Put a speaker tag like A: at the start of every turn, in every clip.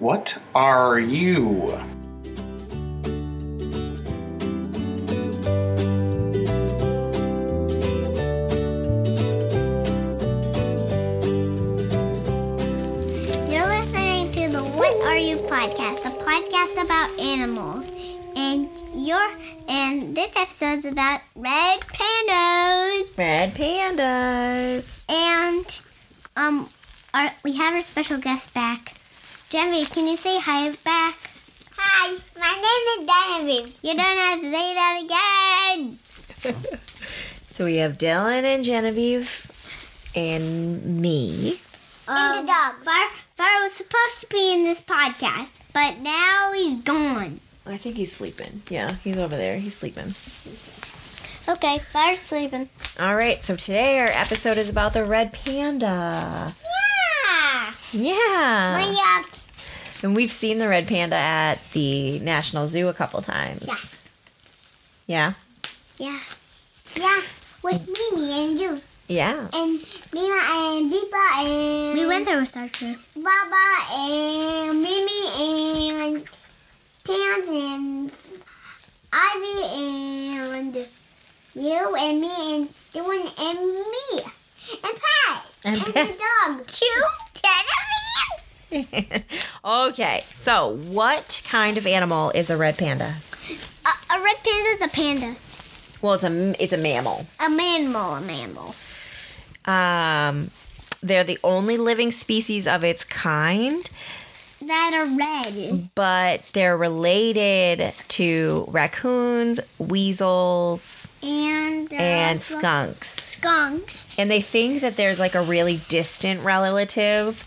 A: What are you?
B: You're listening to the What Are You podcast, a podcast about animals. And your and this episode's about red pandas.
C: Red pandas.
B: And um our, we have our special guest back. Genevieve, can you say hi back? Hi, my name is Genevieve. You don't have to say that again.
C: So we have Dylan and Genevieve and me.
B: Um, the dog. Far, Far was supposed to be in this podcast, but now he's gone.
C: I think he's sleeping. Yeah, he's over there. He's sleeping.
B: Okay, Far's sleeping.
C: All right, so today our episode is about the red panda.
B: Yeah.
C: Yeah.
B: Leah,
C: And we've seen the red panda at the National Zoo a couple times. Yeah.
B: Yeah. Yeah. With Mimi and you.
C: Yeah.
B: And Mima and Biba and We went there with Star Trek. Baba and Mimi and Tans and Ivy and you and me and Dylan and me. And Pat.
C: And
B: the dog. Two ten of
C: okay, so what kind of animal is a red panda?
B: a, a red panda's a panda.
C: Well, it's a it's a mammal.
B: A mammal, a mammal.
C: Um, they're the only living species of its kind,
B: That are red.
C: but they're related to raccoons, weasels,
B: And uh,
C: and skunks.
B: skunks.
C: And they think that there's like a really distant relative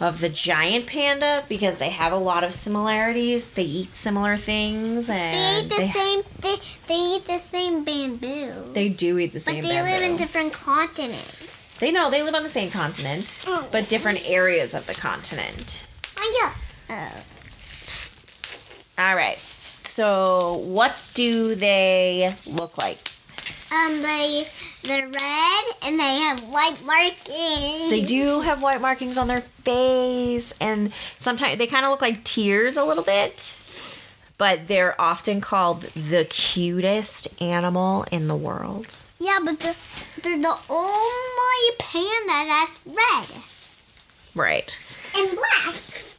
C: of the giant panda because they have a lot of similarities. They eat similar things and
B: They eat the
C: they,
B: same thing. They eat the same bamboo.
C: they do eat the
B: but
C: same
B: they
C: bamboo.
B: live in different continents.
C: they know they live on the same continent,
B: Oh.
C: but different areas of the continent.
B: Oh yeah.
C: All right. So, what do they look like?
B: um, they they're red and they have white markings.
C: They do have white markings on their face, and sometimes they kind of look like tears a little bit, but they're often called the cutest animal in the world.
B: Yeah, but they're, they're the only panda that's red
C: Right.
B: and black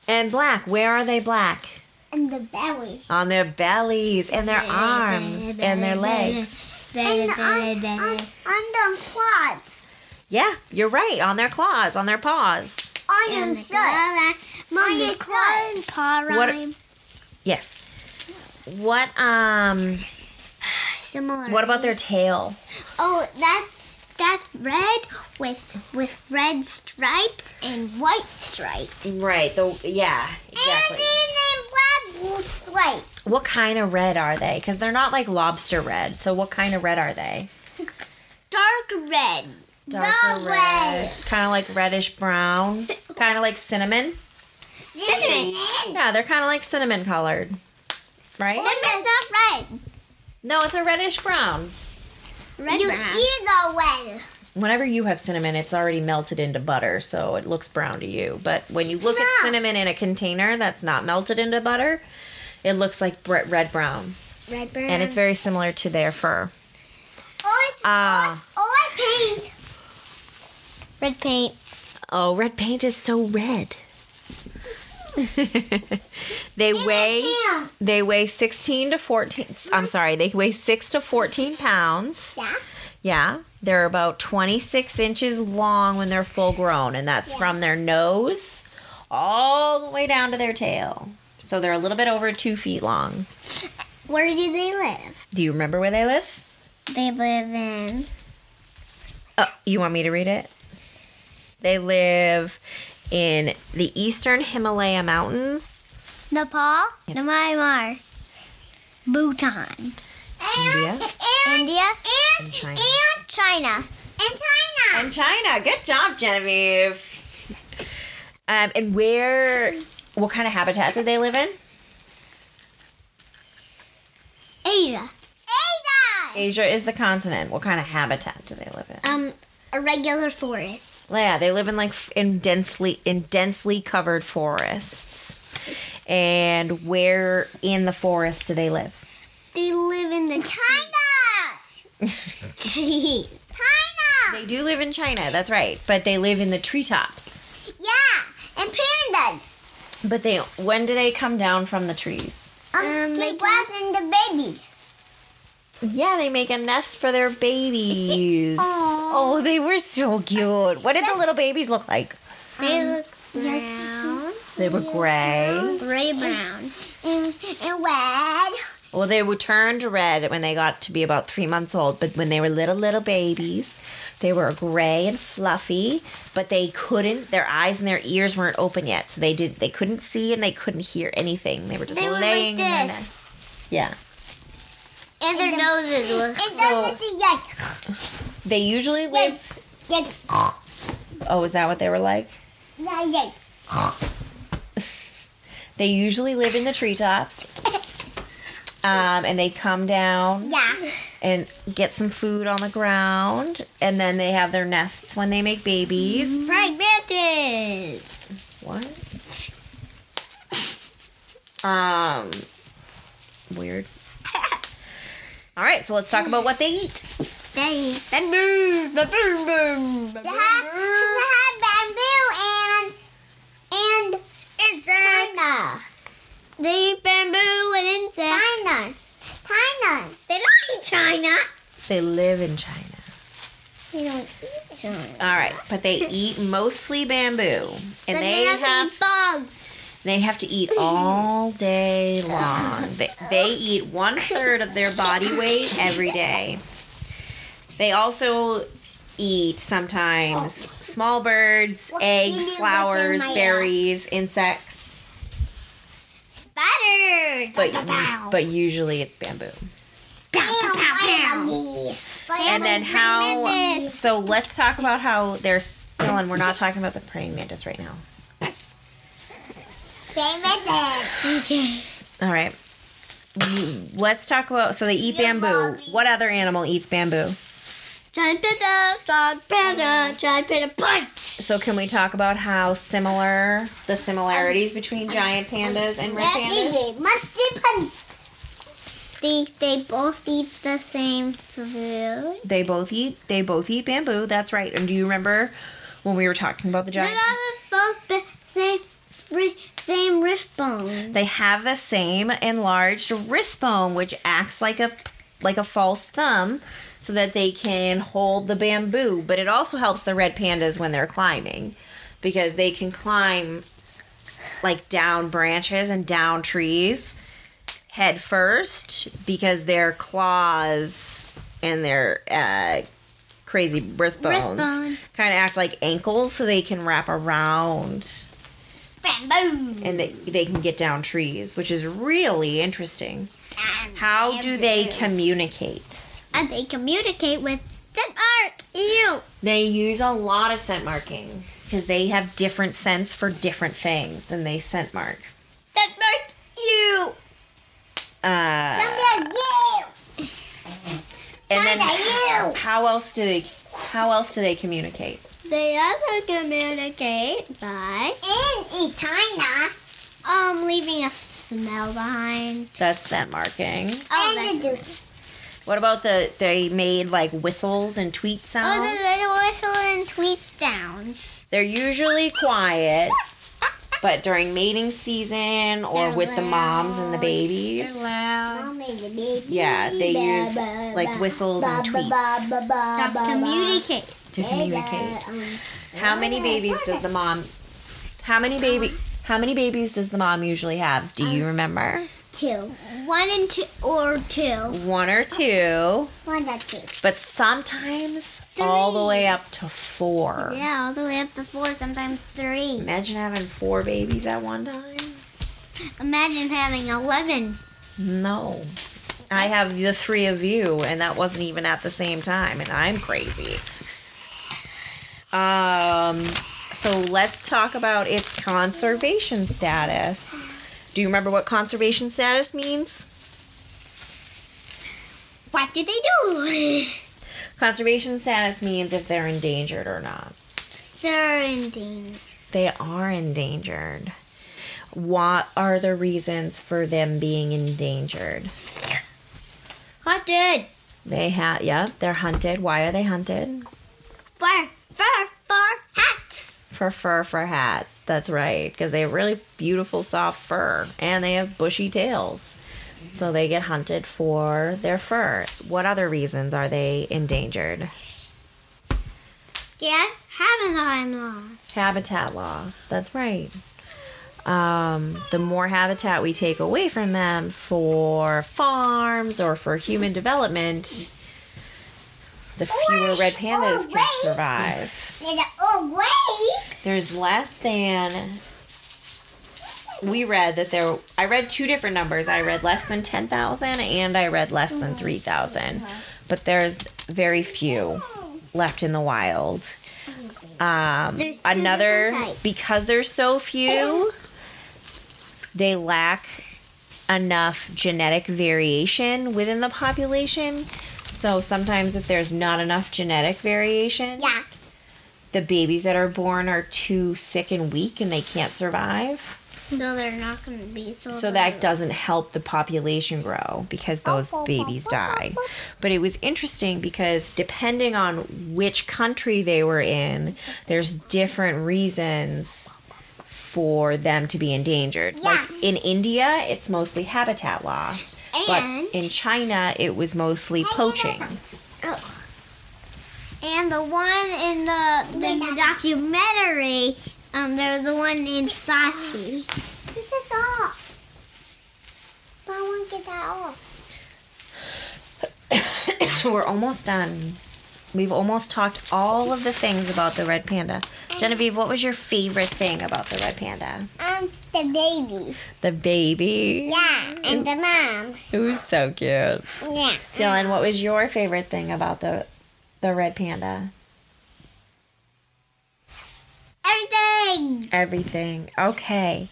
C: And black. Where are they black?
B: and the belly.
C: On their bellies and their arms and their legs.
B: And on, on, on the quad,
C: Yeah, you're right. On their claws, on their paws.
B: on the side, on the side, paw
C: What-
B: rhyme.
C: Yes. What um
B: Similar.
C: what about their tail?
B: Oh, that's that's red with with red stripes and white stripes.
C: Right. The yeah, exactly.
B: And then black stripe.
C: What kind of red are they? Because they're not like lobster red. So what kind of red are they?
B: Dark red. Dark red.
C: Kind of like reddish brown. kind of like cinnamon.
B: Cinnamon.
C: Yeah, they're kind of like cinnamon colored, right?
B: Cinnamon's not red.
C: no, it's a reddish brown.
B: Red you brown. eat the red.
C: Whenever you have cinnamon, it's already melted into butter, so it looks brown to you. But when you look at
B: No.
C: cinnamon in a container that's not melted into butter, it looks like bre- red brown,
B: Red brown.
C: and it's very similar to their fur.
B: or,
C: Ah.
B: or, or paint. Red paint.
C: Oh, red paint is so red. they weigh
B: Yeah.
C: they weigh 16 to 14 I'm sorry, they weigh 6 to 14 pounds.
B: Yeah.
C: Yeah. They're about 26 inches long when they're full grown and that's from their nose all the way down to their tail. So they're a little bit over 2 feet long.
B: Where do they live?
C: Do you remember where they live?
B: They live in.
C: Oh, you want me to read it? They live in the eastern Himalaya mountains
B: Nepal, Myanmar, Bhutan,
C: India.
B: India, and,
C: China.
B: and China, and China.
C: And China. Good job, Genevieve. Um, and where, what kind of habitat do they live in?
B: Asia. Asia.
C: Asia is the continent. What kind of habitat do they live in?
B: Um, a regular forest.
C: Yeah, they live in like f- in densely in densely covered forests. And where in the forest do they live?
B: They live in the China. China.
C: They do live in China, that's right. But they live in the treetops.
B: Yeah, and pandas.
C: But they when do they come down from the trees?
B: Um, they wasn't the baby.
C: Yeah, they make a nest for their babies.
B: Aw.
C: oh, they were so cute. What did the little babies look like?
B: They look Um, brown,
C: They were gray.
B: gray brown, and, and red.
C: Well, they were turned red when they got to be about three months old, but when they were little, little babies, they were gray and fluffy, but they couldn't, their eyes and their ears weren't open yet. So they did, they couldn't see and they couldn't hear anything. They were just
D: They were
C: laying
D: like
C: in the
D: this.
C: nest. Yeah.
D: And their noses were.
B: And
C: So-
B: so, see yuck,
C: They usually
B: yuck,
C: live.
B: yuck,
C: Oh, is that what they were like?
B: yuck, yuck.
C: They usually live in the treetops. Um, and they come down
B: Yeah.
C: and get some food on the ground, and then they have their nests when they make babies.
D: Fragmented.
C: What? Um, weird. All right, so let's talk about what they eat.
B: They
D: Bamboo. Bamboo. Bamboo.
B: they have, they have bamboo and and
D: Insects.
B: China,
D: They eat bamboo and insects.
B: China, China.
D: They don't eat China.
C: They live in China.
B: They don't eat China.
C: All right, but they eat mostly bamboo, and they have
D: to eat bugs.
C: They have to eat all day long. They, they eat one third of their body weight every day. They also eat sometimes small birds,
B: Maybe it was
C: eggs,
B: in
C: flowers,
B: my, uh,
C: berries, insects,
D: Spiders.
C: but but usually it's bamboo.
D: Pow,
B: Ew,
D: pow, pow,
B: I
D: pow.
B: love these. But
C: And then how?
B: minutes.
C: So let's talk about how they're. Ellen, we're not talking about the praying mantis right now.
B: They minutes. Okay.
C: All right. Let's talk about. So they eat bamboo. What other animal eats bamboo?
D: Giant panda. Giant panda. Giant panda punch.
C: So can we talk about how similar the similarities between giant pandas and red pandas?
B: Musty puns. They, they both eat the same food.
C: They both eat they both eat bamboo, that's right. And do you remember when we were talking about the
B: They
C: giant
B: have both the same, ri- same wrist bone.
C: they have the same enlarged wrist bone which acts like a like a false thumb so that they can hold the bamboo, but it also helps the red pandas when they're climbing because they can climb like down branches and down trees head first because their claws and their uh, crazy wristbones
B: Wristbone.
C: kind of act like ankles so they can wrap around
D: Bamboo.
C: and they, they can get down trees, which is really interesting. How do they communicate?
B: And they communicate with scent mark. Ew.
C: They use a lot of scent marking because they have different scents for different things and they scent mark.
D: That marked you.
C: Uh,
B: Somebody you.
C: and then
B: Kinda you.
C: how else do they how else do they communicate?
D: They also communicate by
B: And eat China. Um, leaving a smell behind.
C: That's scent marking.
B: Oh,
D: And
B: and the
C: What about the they made like whistles and tweet
B: Oh,
C: sounds?
B: the little whistle and tweet sounds.
C: They're usually quiet, but during mating season or
B: They're
C: with the moms and the
B: loud.
C: babies.
B: Uh,
C: Yeah, they use like whistles and tweets
D: communicate.
C: to communicate. How many babies does the mom? How many baby? How many babies does the mom usually have? Do you remember?
B: Two. One and two, or two.
C: One or two,
B: One and two.
C: but sometimes all the way up to four.
B: Yeah, all the way up to four, sometimes three.
C: Imagine having four babies at one time.
B: Imagine having 11.
C: No. I have the three of you, and that wasn't even at the same time, and I'm crazy. Um, so let's talk about its conservation status. Do you remember what conservation status means?
B: What do they do?
C: Conservation status means if they're endangered or not.
B: They're in danger.
C: They are endangered. what are the reasons for them being endangered?
D: Hunted.
C: They have, yeah, they're hunted. Why are they hunted?
D: Fur, fur, fur, hats.
C: For fur for hats. That's right, because they have really beautiful soft fur and they have bushy tails. So they get hunted for their fur. What other reasons are they endangered?
D: Yeah, haven't I, Mom?
C: Habitat loss. That's right. Um, the more habitat we take away from them for farms or for human development, the fewer red pandas can survive.
B: Did it all wait?
C: There's less than. We read that there. I read two different numbers. I read less than 10,000 and I read less than 3,000.
D: Uh-huh.
C: But there's very few left in the wild. Um,
D: There's two different
C: another
D: types.
C: because there's so few, they lack enough genetic variation within the population. So sometimes if there's not enough genetic variation,
B: Yeah.
C: the babies that are born are too sick and weak and they can't survive.
D: No, they're not going to be so.
C: So
B: Mm-hmm.
C: that doesn't help the population grow because those babies die. But it was interesting because depending on which country they were in, there's different reasons for them to be endangered. Like in India, it's mostly habitat loss.
D: And-
C: but in China, it was mostly poaching.
D: And the one in the the, the documentary, um, there was the one in Sashi.
B: This is off. But I won't get that off.
C: We're almost done. We've almost talked all of the things about the red panda. Genevieve, what was your favorite thing about the red panda?
B: Um, the baby.
C: The baby.
B: Yeah, and the mom.
C: It was so cute.
B: Yeah.
C: Dylan, what was your favorite thing about the the red panda?
D: Everything.
C: Everything. Okay.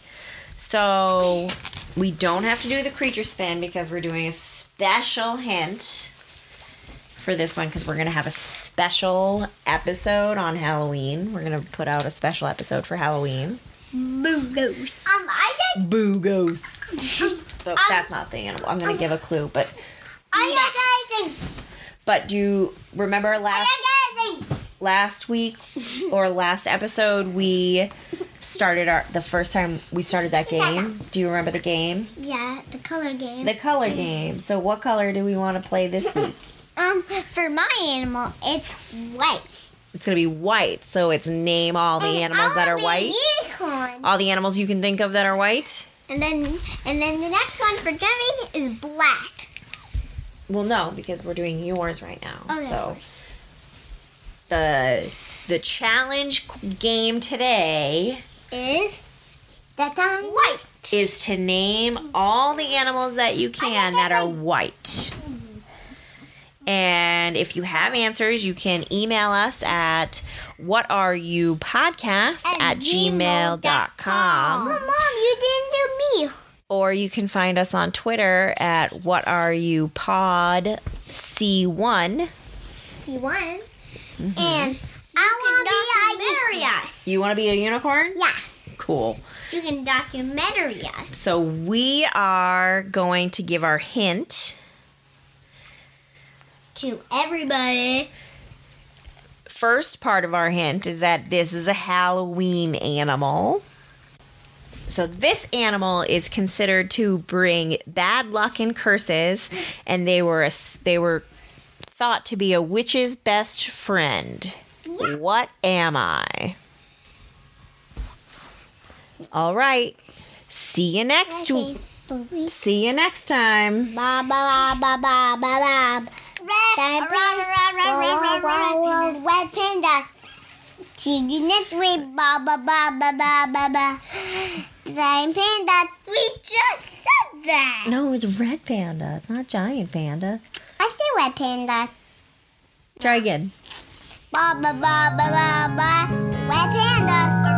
C: So we don't have to do the creature spin because we're doing a special hint for this one because we're going to have a special episode on Halloween. We're going to put out a special episode for Halloween.
D: Boogos.
B: Um, I did.
C: Boo ghosts. but that's not the animal. I'm going to give a clue, but
B: I got anything.
C: but do you remember last
B: I got anything.
C: last week or last episode we started our the first time we started that game. Do you remember the game?
D: Yeah, the color game.
C: The color game. So what color do we want to play this week?
D: Um, for my animal, it's white.
C: It's going to be white. So it's name all the animals that are white.
D: Unicorn.
C: All the animals you can think of that are white?
D: And then and then the next one for Jimmy is black.
C: Well, no, because we're doing yours right now.
D: Oh, yeah,
C: so the the challenge game today
D: Is
B: That's on white.
C: is to name all the animals that you can that are white. And if you have answers, you can email us at what are you podcast at gmail.com.
B: Mom, you didn't do me.
C: Or you can find us on Twitter at what are you pod C1.
B: You won.
C: Mm-hmm.
B: And I want to be a
D: documentary us.
C: You want to be a unicorn?
B: Yeah.
C: Cool.
D: You can documentary us.
C: So we are going to give our hint
D: To everybody.
C: first part of our hint is that this is a Halloween animal. So this animal is considered to bring bad luck and curses, and they were a s they were thought to be a witch's best friend. What am I? All right. See you next. w- See you next time.
B: Ba ba ba ba ba ba ba. Red, red, red panda. See you next week. Ba ba ba ba ba ba ba. Giant panda.
D: We just said that.
C: No, it's red panda. It's not giant panda.
B: I say red panda.
C: Try again.
B: Ba ba ba ba ba ba. Red panda.